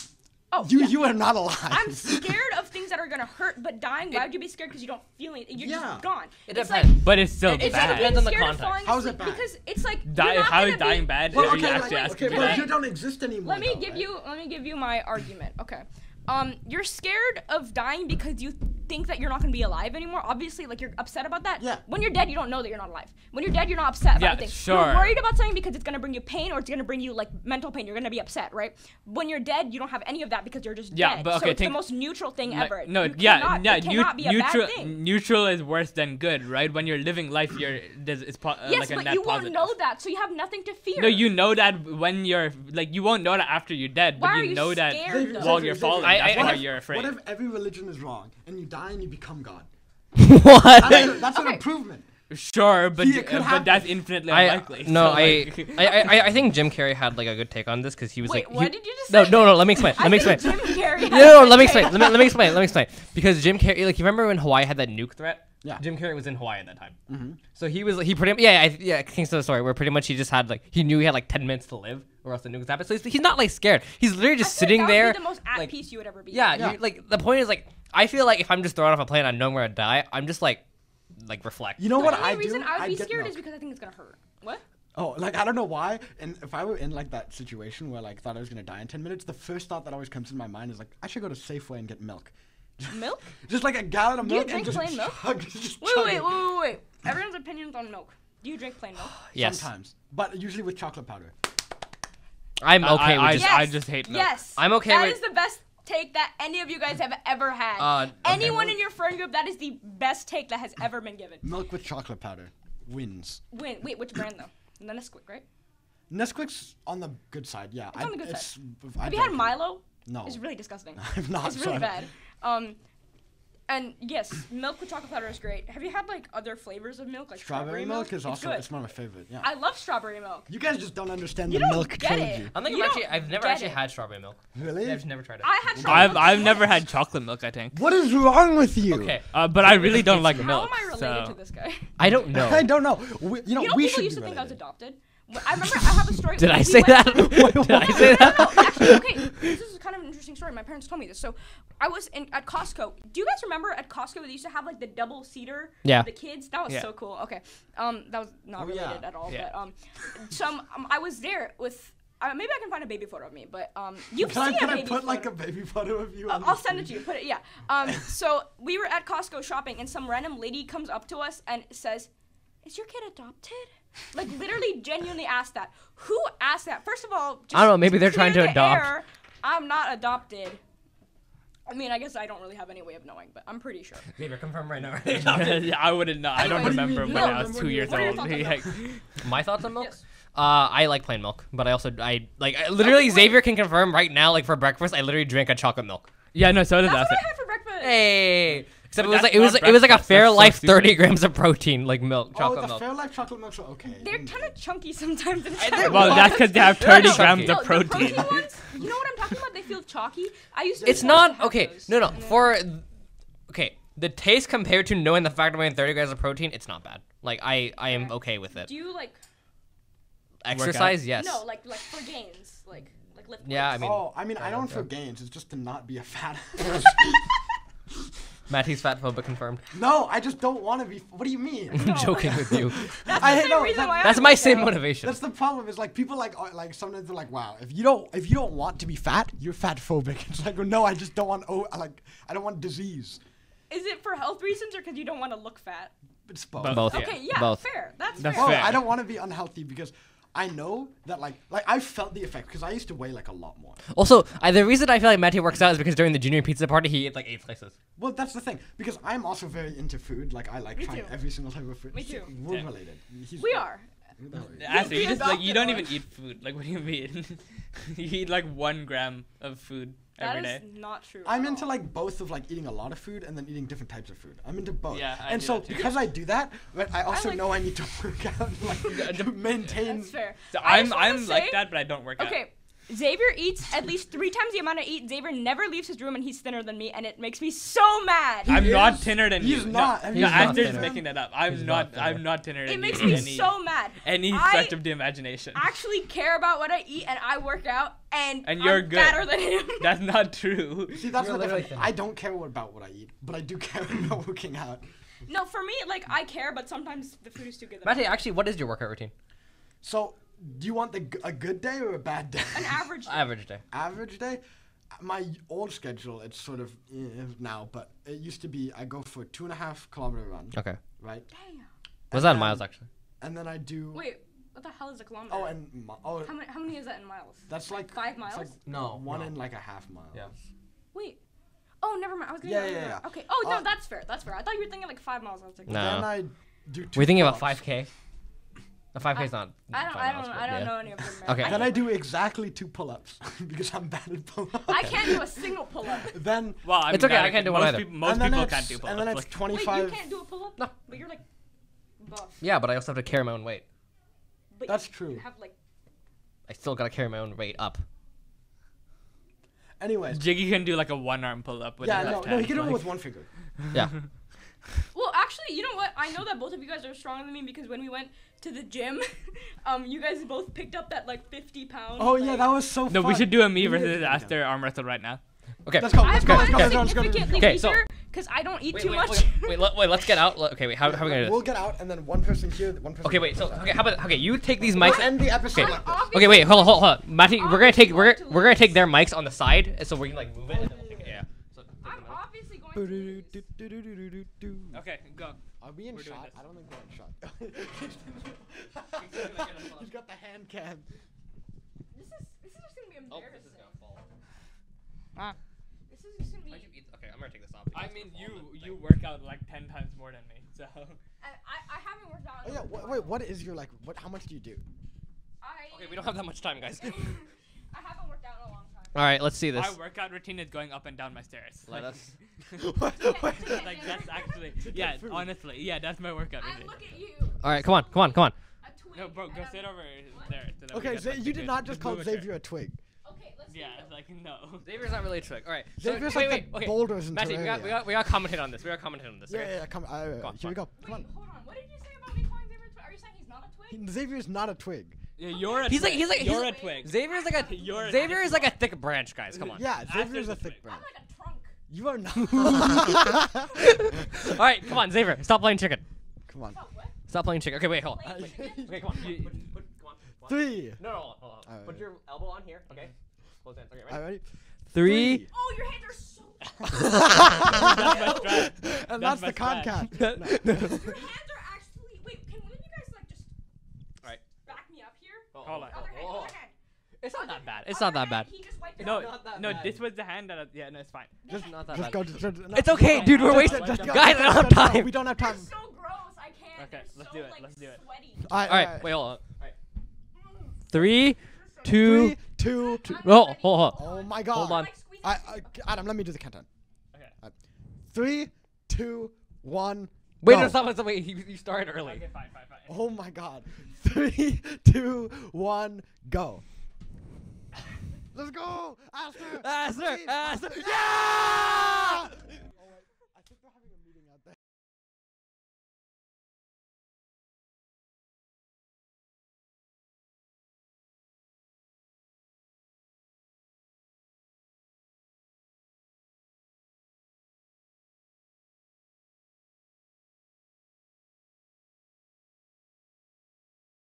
S3: Oh,
S1: you
S3: yeah.
S1: you are not alive. (laughs)
S3: I'm scared of things that are gonna hurt, but dying. Why would you be scared? Because you don't feel it. You're
S1: Yeah.
S3: just gone.
S2: It
S3: it's
S2: depends.
S3: like
S4: but it's still
S3: it's
S4: bad.
S3: like being
S2: Depends on the
S3: scared of
S2: context.
S3: falling
S1: How is
S3: asleep
S1: it bad?
S3: because it's like
S4: Di-
S3: you're not
S4: how
S3: gonna
S4: is dying
S3: be,
S4: bad?
S1: Well,
S4: Are you
S1: okay,
S4: actually
S1: like,
S4: asking
S1: okay,
S4: me
S1: well,
S4: that?
S1: you don't exist anymore.
S3: Let me
S1: though,
S3: give
S1: right?
S3: you let me give you my argument. Okay. Um, you're scared of dying because you think that you're not gonna be alive anymore. Obviously, like you're upset about that.
S1: Yeah.
S3: When you're dead, you don't know that you're not alive. When you're dead, you're not upset about
S4: Yeah,
S3: anything.
S4: sure.
S3: You're worried about something because it's gonna bring you pain or it's gonna bring you like mental pain. You're gonna be upset, right? When you're dead, you don't have any of that because you're just
S4: Yeah,
S3: dead.
S4: but
S3: so
S4: okay,
S3: it's
S4: think-
S3: the most neutral thing
S4: Like,
S3: ever.
S4: no,
S3: You
S4: yeah,
S3: cannot,
S4: yeah.
S3: It cannot
S4: neut-
S3: be a
S4: neutral, mm,
S3: bad thing.
S4: neutral is worse than good, right? When you're living life, you're there's, it's po- uh,
S3: yes,
S4: like a
S3: but
S4: net
S3: you
S4: positive.
S3: won't know that, so you have nothing to fear.
S4: No, you know that when you're like you won't know that after you're dead,
S3: Why
S4: but
S3: are
S4: you
S3: you
S4: know that
S3: scared, though?
S4: while you're falling.
S2: I- I-
S4: that's
S2: what
S4: why
S2: if-
S4: you're afraid.
S1: What if every religion is wrong and you die and you become God?
S2: (laughs)
S3: (laughs)
S2: what?
S1: That's, a- that's an
S3: Okay.
S1: improvement.
S4: Sure, but
S1: See, it
S4: uh,
S1: could
S4: but
S1: happen.
S4: that's infinitely
S2: I,
S4: (laughs) unlikely.
S2: no,
S4: so,
S2: I, (laughs)
S4: like-
S2: I, I, I- I think Jim Carrey had like a good take on this because he was
S3: Wait,
S2: like,
S3: what
S2: he-
S3: did you just
S2: no,
S3: say?
S2: no, no. Let me explain.
S3: I
S2: Let me explain.
S3: think Jim
S4: (laughs)
S3: Carrey
S2: No, no,
S3: has
S2: let me
S3: a
S2: explain.
S3: (laughs) thing.
S2: Let me let me explain. Let me explain. Because Jim Carrey, like, you remember when Hawaii had that nuke threat?
S1: Yeah.
S2: Jim Carrey was in Hawaii at that time. So he was he pretty much yeah I, yeah Kingston story where pretty much he just had like he knew he had like ten minutes to live or else the nuke was happening. So he's, he's not like scared. He's literally
S3: I
S2: just
S3: feel
S2: sitting
S3: like that
S2: there.
S3: Would be the most at
S2: like,
S3: peace you would ever be.
S2: yeah,
S1: Yeah.
S2: You, like the point is like I feel like if I'm just thrown off a plane, I know I'm gonna die. I'm just like like reflect.
S1: You know
S3: The
S1: what
S3: only
S1: I
S3: reason
S1: do?
S3: I would be
S1: get
S3: scared
S1: milk.
S3: is because I think it's gonna hurt. What?
S1: Oh, like I don't know why. And if I were in like that situation where like thought I was gonna die in ten minutes, the first thought that always comes in my mind is like I should go to Safeway and get milk.
S3: Milk?
S1: Just like a gallon of
S3: you
S1: milk. and
S3: drink
S1: just
S3: plain milk?
S1: chug- (laughs) just
S3: (laughs) Wait,
S1: chug
S3: wait, wait,
S1: it.
S3: wait, wait. Everyone's opinions on milk. Do you drink plain milk?
S2: Yes,
S1: Sometimes, but usually with chocolate powder.
S2: I'm
S4: I-
S2: okay
S4: I-
S2: with
S4: Yes.
S2: just.
S4: I just hate milk.
S3: Yes.
S2: I'm okay
S3: That
S2: with-
S3: is the best take that any of you guys have ever had.
S2: Uh, okay.
S3: Anyone in your friend group, that is the best take that has ever been given.
S1: Milk with chocolate powder wins.
S3: Wait, wait, which brand though? The Nesquik, right?
S1: Nesquik's on the good side. Yeah,
S3: on the good
S1: I
S3: Have you had
S1: don't-
S3: Milo?
S1: No.
S3: It's
S1: (laughs)
S3: really disgusting.
S1: I've not,
S3: It's really
S1: so I
S3: bad.
S1: don't-
S3: Um, and yes, milk with chocolate powder is great. Have you had like other flavors of milk, like
S1: Strawberry milk is
S3: It's
S1: also
S3: good.
S1: it's one of my favorite. Yeah.
S3: I love strawberry milk.
S1: you guys just don't understand
S3: You
S1: the
S3: don't
S1: milk
S3: get
S1: trilogy.
S3: it.
S2: I think
S3: You
S2: I've actually
S3: don't
S2: I've never
S3: get
S2: actually
S3: it.
S2: had strawberry milk.
S1: Really?
S2: I've never tried it.
S3: I had strawberry
S4: (laughs) I've
S3: milk.
S4: I've
S3: once.
S4: never had chocolate milk. I think.
S1: What is wrong with you?
S2: okay,
S4: Uh, but I really don't like
S3: How
S4: milk.
S3: am I related
S4: so-
S3: to this guy?
S2: I don't know.
S1: (laughs) (laughs) I don't know. We, you know,
S3: You know,
S1: Oh, we
S3: people
S1: should
S3: used
S1: be
S3: to think I was
S1: related.
S3: adopted. Well, I remember I have a
S2: (laughs)
S3: story.
S2: Did
S3: we
S2: I say
S3: went-
S2: that? Did I
S3: No,
S2: say
S3: no,
S2: that?
S3: (laughs) no, no,
S2: (laughs)
S3: actually, okay, this is kind of an interesting story. My parents told me this. So I was in at Costco. Do you guys remember at Costco they used to have like the double seater?
S2: Yeah.
S3: The kids. That was
S4: Yeah.
S3: so cool. Okay. Um, that was not
S1: Oh, yeah.
S3: related at all.
S4: Yeah.
S3: But um, some um, I was there with Uh, maybe I can find a baby photo of me, but um, you've
S1: Can I,
S3: seen
S1: can
S3: a
S1: I
S3: baby
S1: put
S3: photo.
S1: like a baby photo of you?
S3: Uh,
S1: on the
S3: I'll send it to
S1: screen?
S3: you. Put it, yeah. Um, so we were at Costco shopping, and some random lady comes up to us and says, "Is your kid adopted?" Like literally, genuinely asked that. Who asked that? First of all, just
S2: I don't know, maybe they're
S3: clear
S2: trying to
S3: the
S2: adopt.
S3: air. I'm not adopted. I mean, I guess I don't really have any way of knowing, but I'm pretty sure.
S2: Xavier, confirm right now. (laughs)
S4: (laughs) I wouldn't know. I don't
S3: Anyways,
S4: remember when
S1: no,
S4: I was
S1: remember
S4: two
S1: when you-
S4: years
S3: what are your
S4: old.
S3: thoughts on
S4: (laughs) Like,
S2: My thoughts on milk?
S3: Yes.
S2: Uh, I like plain milk, but I also I like I, literally
S3: wait.
S2: Xavier can confirm right now. Like for breakfast, I literally drink a chocolate milk.
S4: yeah, no, so does
S3: That's
S4: that.
S3: what I had for breakfast.
S2: Hey, except it
S4: But
S2: was
S4: that's
S2: like it was
S4: not
S2: like, it was like a
S4: breakfast,
S2: fair
S4: that's so
S2: life thirty
S4: stupid.
S2: grams of protein, like milk,
S1: Oh,
S2: chocolate
S1: the
S2: milk.
S1: Fairlife chocolate milks are okay. Mm.
S3: They're kind of chunky sometimes. And kinda
S4: Well,
S3: weird.
S4: that's because they have
S3: No, no,
S4: 30 grams
S2: no,
S4: of
S3: the
S4: protein.
S3: ones, you know what I'm talking about? They feel chalky. I used to.
S2: it's
S3: be forced
S2: not
S3: to have
S2: okay.
S3: those.
S2: No, no.
S3: And then-
S2: For okay, the taste compared to knowing the fact I'm getting thirty grams of protein, it's not bad. Like I I am okay with it.
S3: do you like
S2: Exercise, yes.
S3: no like like for gains like like lift?
S2: Yeah, I mean,
S1: oh, I mean, I don't
S2: okay.
S1: feel gains. It's just to not be a
S3: (laughs)
S1: fat.
S2: Matty's fat phobic confirmed.
S1: (laughs) no, I just don't want to be. What do you
S3: (laughs)
S1: mean?
S2: I'm joking with you.
S3: That's
S1: I hate-
S3: the same
S1: no,
S3: reason
S1: that-
S3: why I
S2: That's
S3: don't
S2: my
S3: work
S2: same
S3: out.
S2: motivation.
S1: That's the problem. Is like people like are, like sometimes they're like, wow, if you don't if you don't want to be fat, you're fat phobic. (laughs) It's like no, I just don't want oh like I don't want disease.
S3: Is it for health reasons or because you don't want to look fat?
S1: It's both.
S2: Both. Yeah,
S3: Okay, yeah,
S2: both.
S3: fair. That's,
S1: (laughs)
S4: That's
S1: Well,
S3: fair.
S4: fair.
S1: I don't want to be unhealthy because I know that like like I felt the effect because I used to weigh like a lot more.
S2: Also, I, the reason I feel like Matty works out is because during the junior pizza party, he ate like eight slices.
S1: Well, that's the thing because I'm also very into food. Like I like
S3: Me
S1: trying
S3: too.
S1: every single type of food.
S3: Me too.
S1: We're related. He's-
S3: We are.
S1: Who the hell are you?
S4: After you just like you
S3: adopted
S4: don't
S3: one.
S4: even eat food. Like what do you mean? (laughs) you eat like one gram of food
S3: That
S4: every
S3: is
S4: day.
S3: not true.
S1: I'm
S3: at
S1: into
S3: all.
S1: like both of like eating a lot of food and then eating different types of food. I'm into both.
S4: Yeah, I
S1: and
S4: do
S1: so
S4: that too.
S1: because I do that, but I also
S3: like-
S1: know I need to work (laughs) out and,
S4: (laughs)
S1: like to maintain.
S3: That's fair.
S4: So
S3: I
S4: I'm
S3: just wanna
S4: I'm like
S3: say-
S4: that, but I don't work out.
S3: Okay. Xavier eats at least three times the amount I eat. Xavier never leaves his room, and he's thinner than me, and it makes me so mad.
S4: I'm not
S1: is-
S4: thinner than you.
S1: he's not.
S4: No,
S1: He's
S4: no, I'm
S2: not
S4: just
S2: thinner.
S4: making that up. I'm
S2: He's
S4: not.
S2: not
S4: I'm
S2: thinner.
S4: not thinner
S3: it
S4: than
S3: makes
S4: you.
S3: me
S4: in any-
S3: so mad.
S4: Any
S3: I
S4: stretch of the imagination.
S3: actually care about what I eat, and I work out, and,
S4: And you're
S3: I'm
S4: good.
S3: fatter than him.
S4: (laughs) That's
S1: (laughs)
S4: not true.
S1: See, that's the
S2: You're literally
S1: difference.
S2: thin.
S1: I don't care what- about what I eat, but I do (laughs) care about working out.
S3: (laughs) No, for me, like I care, but sometimes the food is too good. that I-
S2: Matty, actually, what is your workout routine?
S1: So, do you want the, g- a good day or a bad day?
S3: An average.
S2: Average day.
S1: (laughs) average day. My old schedule, it's sort of eh, now, but it used to be I go for two and a half kilometer run,
S2: Okay.
S1: right?
S3: Damn.
S1: And
S2: Was that in
S3: Um,
S1: then-
S2: miles actually?
S1: And then I do.
S3: Wait, what the hell is a kilometer?
S1: Oh, and mi- oh,
S3: how many? How many is that in miles?
S1: that's like
S3: Five miles.
S1: It's like
S2: No,
S1: one
S2: no.
S1: and like a half mile.
S2: Yeah.
S3: Wait. Oh, never mind. I was gonna.
S1: Yeah,
S3: go
S1: yeah,
S3: over.
S1: yeah.
S3: Okay. Oh no,
S1: Uh,
S3: that's fair. That's fair. I thought you were thinking like five miles. I was like,
S2: No.
S1: Then I do. Two
S2: We're you thinking Uh, about
S1: pull-ups.
S2: five k. The five k is not.
S3: I don't. I
S2: five
S3: don't.
S2: miles, but
S3: I don't
S2: yeah.
S3: know any of them. man.
S2: Okay.
S3: I,
S1: Then I do exactly two pull-ups (laughs) because I'm bad at pull-ups.
S3: I can't do a single pull
S1: (laughs)
S3: up.
S1: Then
S4: Well, I
S2: It's
S4: mean,
S2: okay,
S4: that-
S2: I can't do
S4: most
S2: one either.
S4: People, most
S1: and then
S4: people
S1: it's,
S4: can't do pull
S1: And then it's
S4: like,
S3: Wait, you
S1: 25.
S3: can't do a pull up?
S2: No.
S3: But you're like buff.
S2: Yeah, but I also have to carry my own weight.
S3: But
S1: That's
S3: you
S1: true.
S3: Have like.
S2: I still gotta carry my own weight up.
S1: Anyways,
S4: Jiggy can do like a one arm pull up with
S1: yeah,
S4: his
S1: no,
S4: left
S1: no, he
S4: hand.
S1: can do it
S4: like-
S1: with one finger.
S3: (laughs)
S2: Yeah.
S3: Well, actually, you know what? I know that both of you guys are stronger than me because when we went to the gym, (laughs) um, you guys both picked up that like 50 pound.
S1: Oh yeah,
S3: like-
S1: that was so.
S4: No, we
S1: fun.
S4: should do a me
S1: We need
S4: versus
S1: to-
S4: after arm wrestle right now.
S2: Okay.
S1: Let's go.
S3: I've
S1: Let's go. Let's
S3: gone
S1: go. Let's go. Let's go. Let's go.
S3: significantly
S2: Okay, so-
S3: weaker because I don't eat
S2: Wait,
S3: too
S2: wait,
S3: much.
S2: wait,
S3: (laughs)
S2: wait, let, wait, let's get out. Let- Okay, wait, how, how are we gonna do
S1: We'll
S2: this?
S1: get out, and then one person here, one person.
S2: Okay, wait, so, okay, how about, okay, you take these
S1: We'll
S2: mics.
S1: end the episode
S2: Okay.
S1: like this.
S3: Obviously-
S2: Okay, wait, hold on, hold on, hold on. Matty, we're gonna take, we're,
S3: Obviously,
S2: we're gonna take their mics on the side, so we can, like, move it. and then we'll take it. Yeah. So,
S3: I'm obviously going to lose.
S4: Okay, go.
S1: Are we in
S4: We're doing
S1: shot?
S4: this.
S1: I don't think we're in shot. (laughs)
S4: (laughs)
S1: He's got the hand cam.
S3: This is this is just gonna be
S2: Oh,
S3: embarrassing.
S2: this is gonna fall.
S3: this is just gonna be.
S2: Why'd you eat? Okay, I'm gonna take this off.
S4: I
S2: because
S4: mean,
S2: it's
S4: you
S2: all the
S4: you
S2: thing.
S4: work out like ten times more than me, so.
S3: I, I I haven't worked out.
S1: Oh
S3: in
S1: yeah.
S3: a
S1: Wh-
S3: while.
S1: wait. What is your like? What? How much do you
S2: (laughs)
S1: do?
S3: I,
S2: (laughs) Okay, we don't have that much time,
S4: (laughs)
S2: guys.
S3: (laughs) I haven't worked out in a long time.
S2: All right, let's see this.
S4: My workout routine is going up and down my stairs.
S2: Let
S4: Like,
S2: us.
S4: (laughs)
S2: (laughs)
S4: like that's actually yeah.
S1: food.
S4: Honestly, yeah, that's my workout
S3: I
S4: routine.
S3: look at you.
S2: All right, come on, come on, come on.
S3: A twig.
S4: No, bro,
S3: and
S4: go
S3: I'm-
S4: sit over
S3: What?
S4: there. so that
S1: (laughs) um,
S4: we
S1: Okay,
S4: get,
S1: Za-
S4: like, the
S1: you did
S4: good-
S1: not
S4: the
S1: just
S4: blue
S1: call
S4: chair.
S1: Xavier a twig.
S3: Okay, let's.
S4: Yeah, it's
S3: do
S4: like no.
S2: Xavier's not really a trick. All right.
S1: Xavier's like the boulders in
S2: Matty, we got, we
S1: Terraria.
S2: got, we got commented on this. We got commented on this.
S1: Yeah,
S2: Okay?
S1: yeah, yeah, come. Uh,
S2: Go on,
S1: here we go.
S3: that.
S1: Come on.
S3: Wait, hold on. What did you say about me calling Xavier a twig? Are you saying he's not a twig?
S1: He- Xavier's not a twig.
S4: Yeah, you're a
S2: He's like-
S4: twig.
S2: he's like- he's
S4: you're
S2: like-
S4: a twig.
S2: Xavier's like a
S4: (laughs) You're a
S2: Xavier is like a thick branch, guys. Come on.
S1: Yeah, Xavier's
S4: Aster's
S1: a
S4: a
S1: thick
S4: twig.
S1: bro.
S3: I'm like a trunk.
S1: You are not.
S2: (laughs) All right, come on, Xavier. Stop playing chicken.
S1: Come on.
S3: Oh, what?
S2: Stop playing chicken. Okay, wait, hold on.
S3: Like,
S2: Okay, come on.
S4: You-
S2: Put- put- come on, come
S1: (laughs) Three.
S2: No, no, hold on. Hold on.
S1: Alright.
S2: Put your elbow on here. Okay. Close hands. Okay, ready?
S1: All right, ready?
S2: (laughs)
S1: (laughs)
S5: Three.
S3: Oh, your hands are so.
S4: That's my strat.
S1: and
S4: That's
S1: that's, the
S4: my
S1: concat. (laughs)
S3: Your hands are actually. Wait, can one of you guys like just
S2: Alright.
S3: back me up here?
S2: Oh,
S4: Hold
S2: oh,
S4: on.
S2: oh,
S3: Other hand,
S2: oh,
S3: other hand.
S4: It's not that bad.
S5: It's not
S3: Other
S5: that
S3: hand,
S5: bad.
S3: He just wiped it
S4: No,
S3: off.
S2: not that
S4: no,
S2: bad.
S4: this was the hand that. I, yeah, no, it's fine.
S2: Just not that
S1: Just
S2: bad.
S1: go. Just, just,
S5: It's okay, dude. We're
S4: Just-
S5: wasting.
S4: just go.
S5: Guys, I don't have time.
S1: We don't have time.
S3: That's so gross. I can't.
S4: Okay,
S3: They're
S4: let's
S3: so,
S4: do it,
S3: Like,
S4: let's do it.
S3: Sweaty.
S1: All
S5: All right, wait, hold on.
S3: Mm,
S5: Three,
S3: you're so
S5: two.
S1: Three, two, two.
S3: I'm
S5: Oh,
S3: ready.
S5: hold on.
S1: Oh my god.
S5: Hold on.
S3: Like, squeeze
S1: I,
S3: it.
S1: I, Adam, let me do the countdown.
S4: Okay.
S1: Uh, Three, two, one.
S5: Wait,
S1: go.
S5: no, stop, stop. Wait, you, you started early.
S4: Okay, fine, fine, fine.
S1: Oh my god. Three, two, one, go. Let's go! Aster!
S5: Ah, sir,
S1: Three,
S5: ah, sir.
S1: Yeah!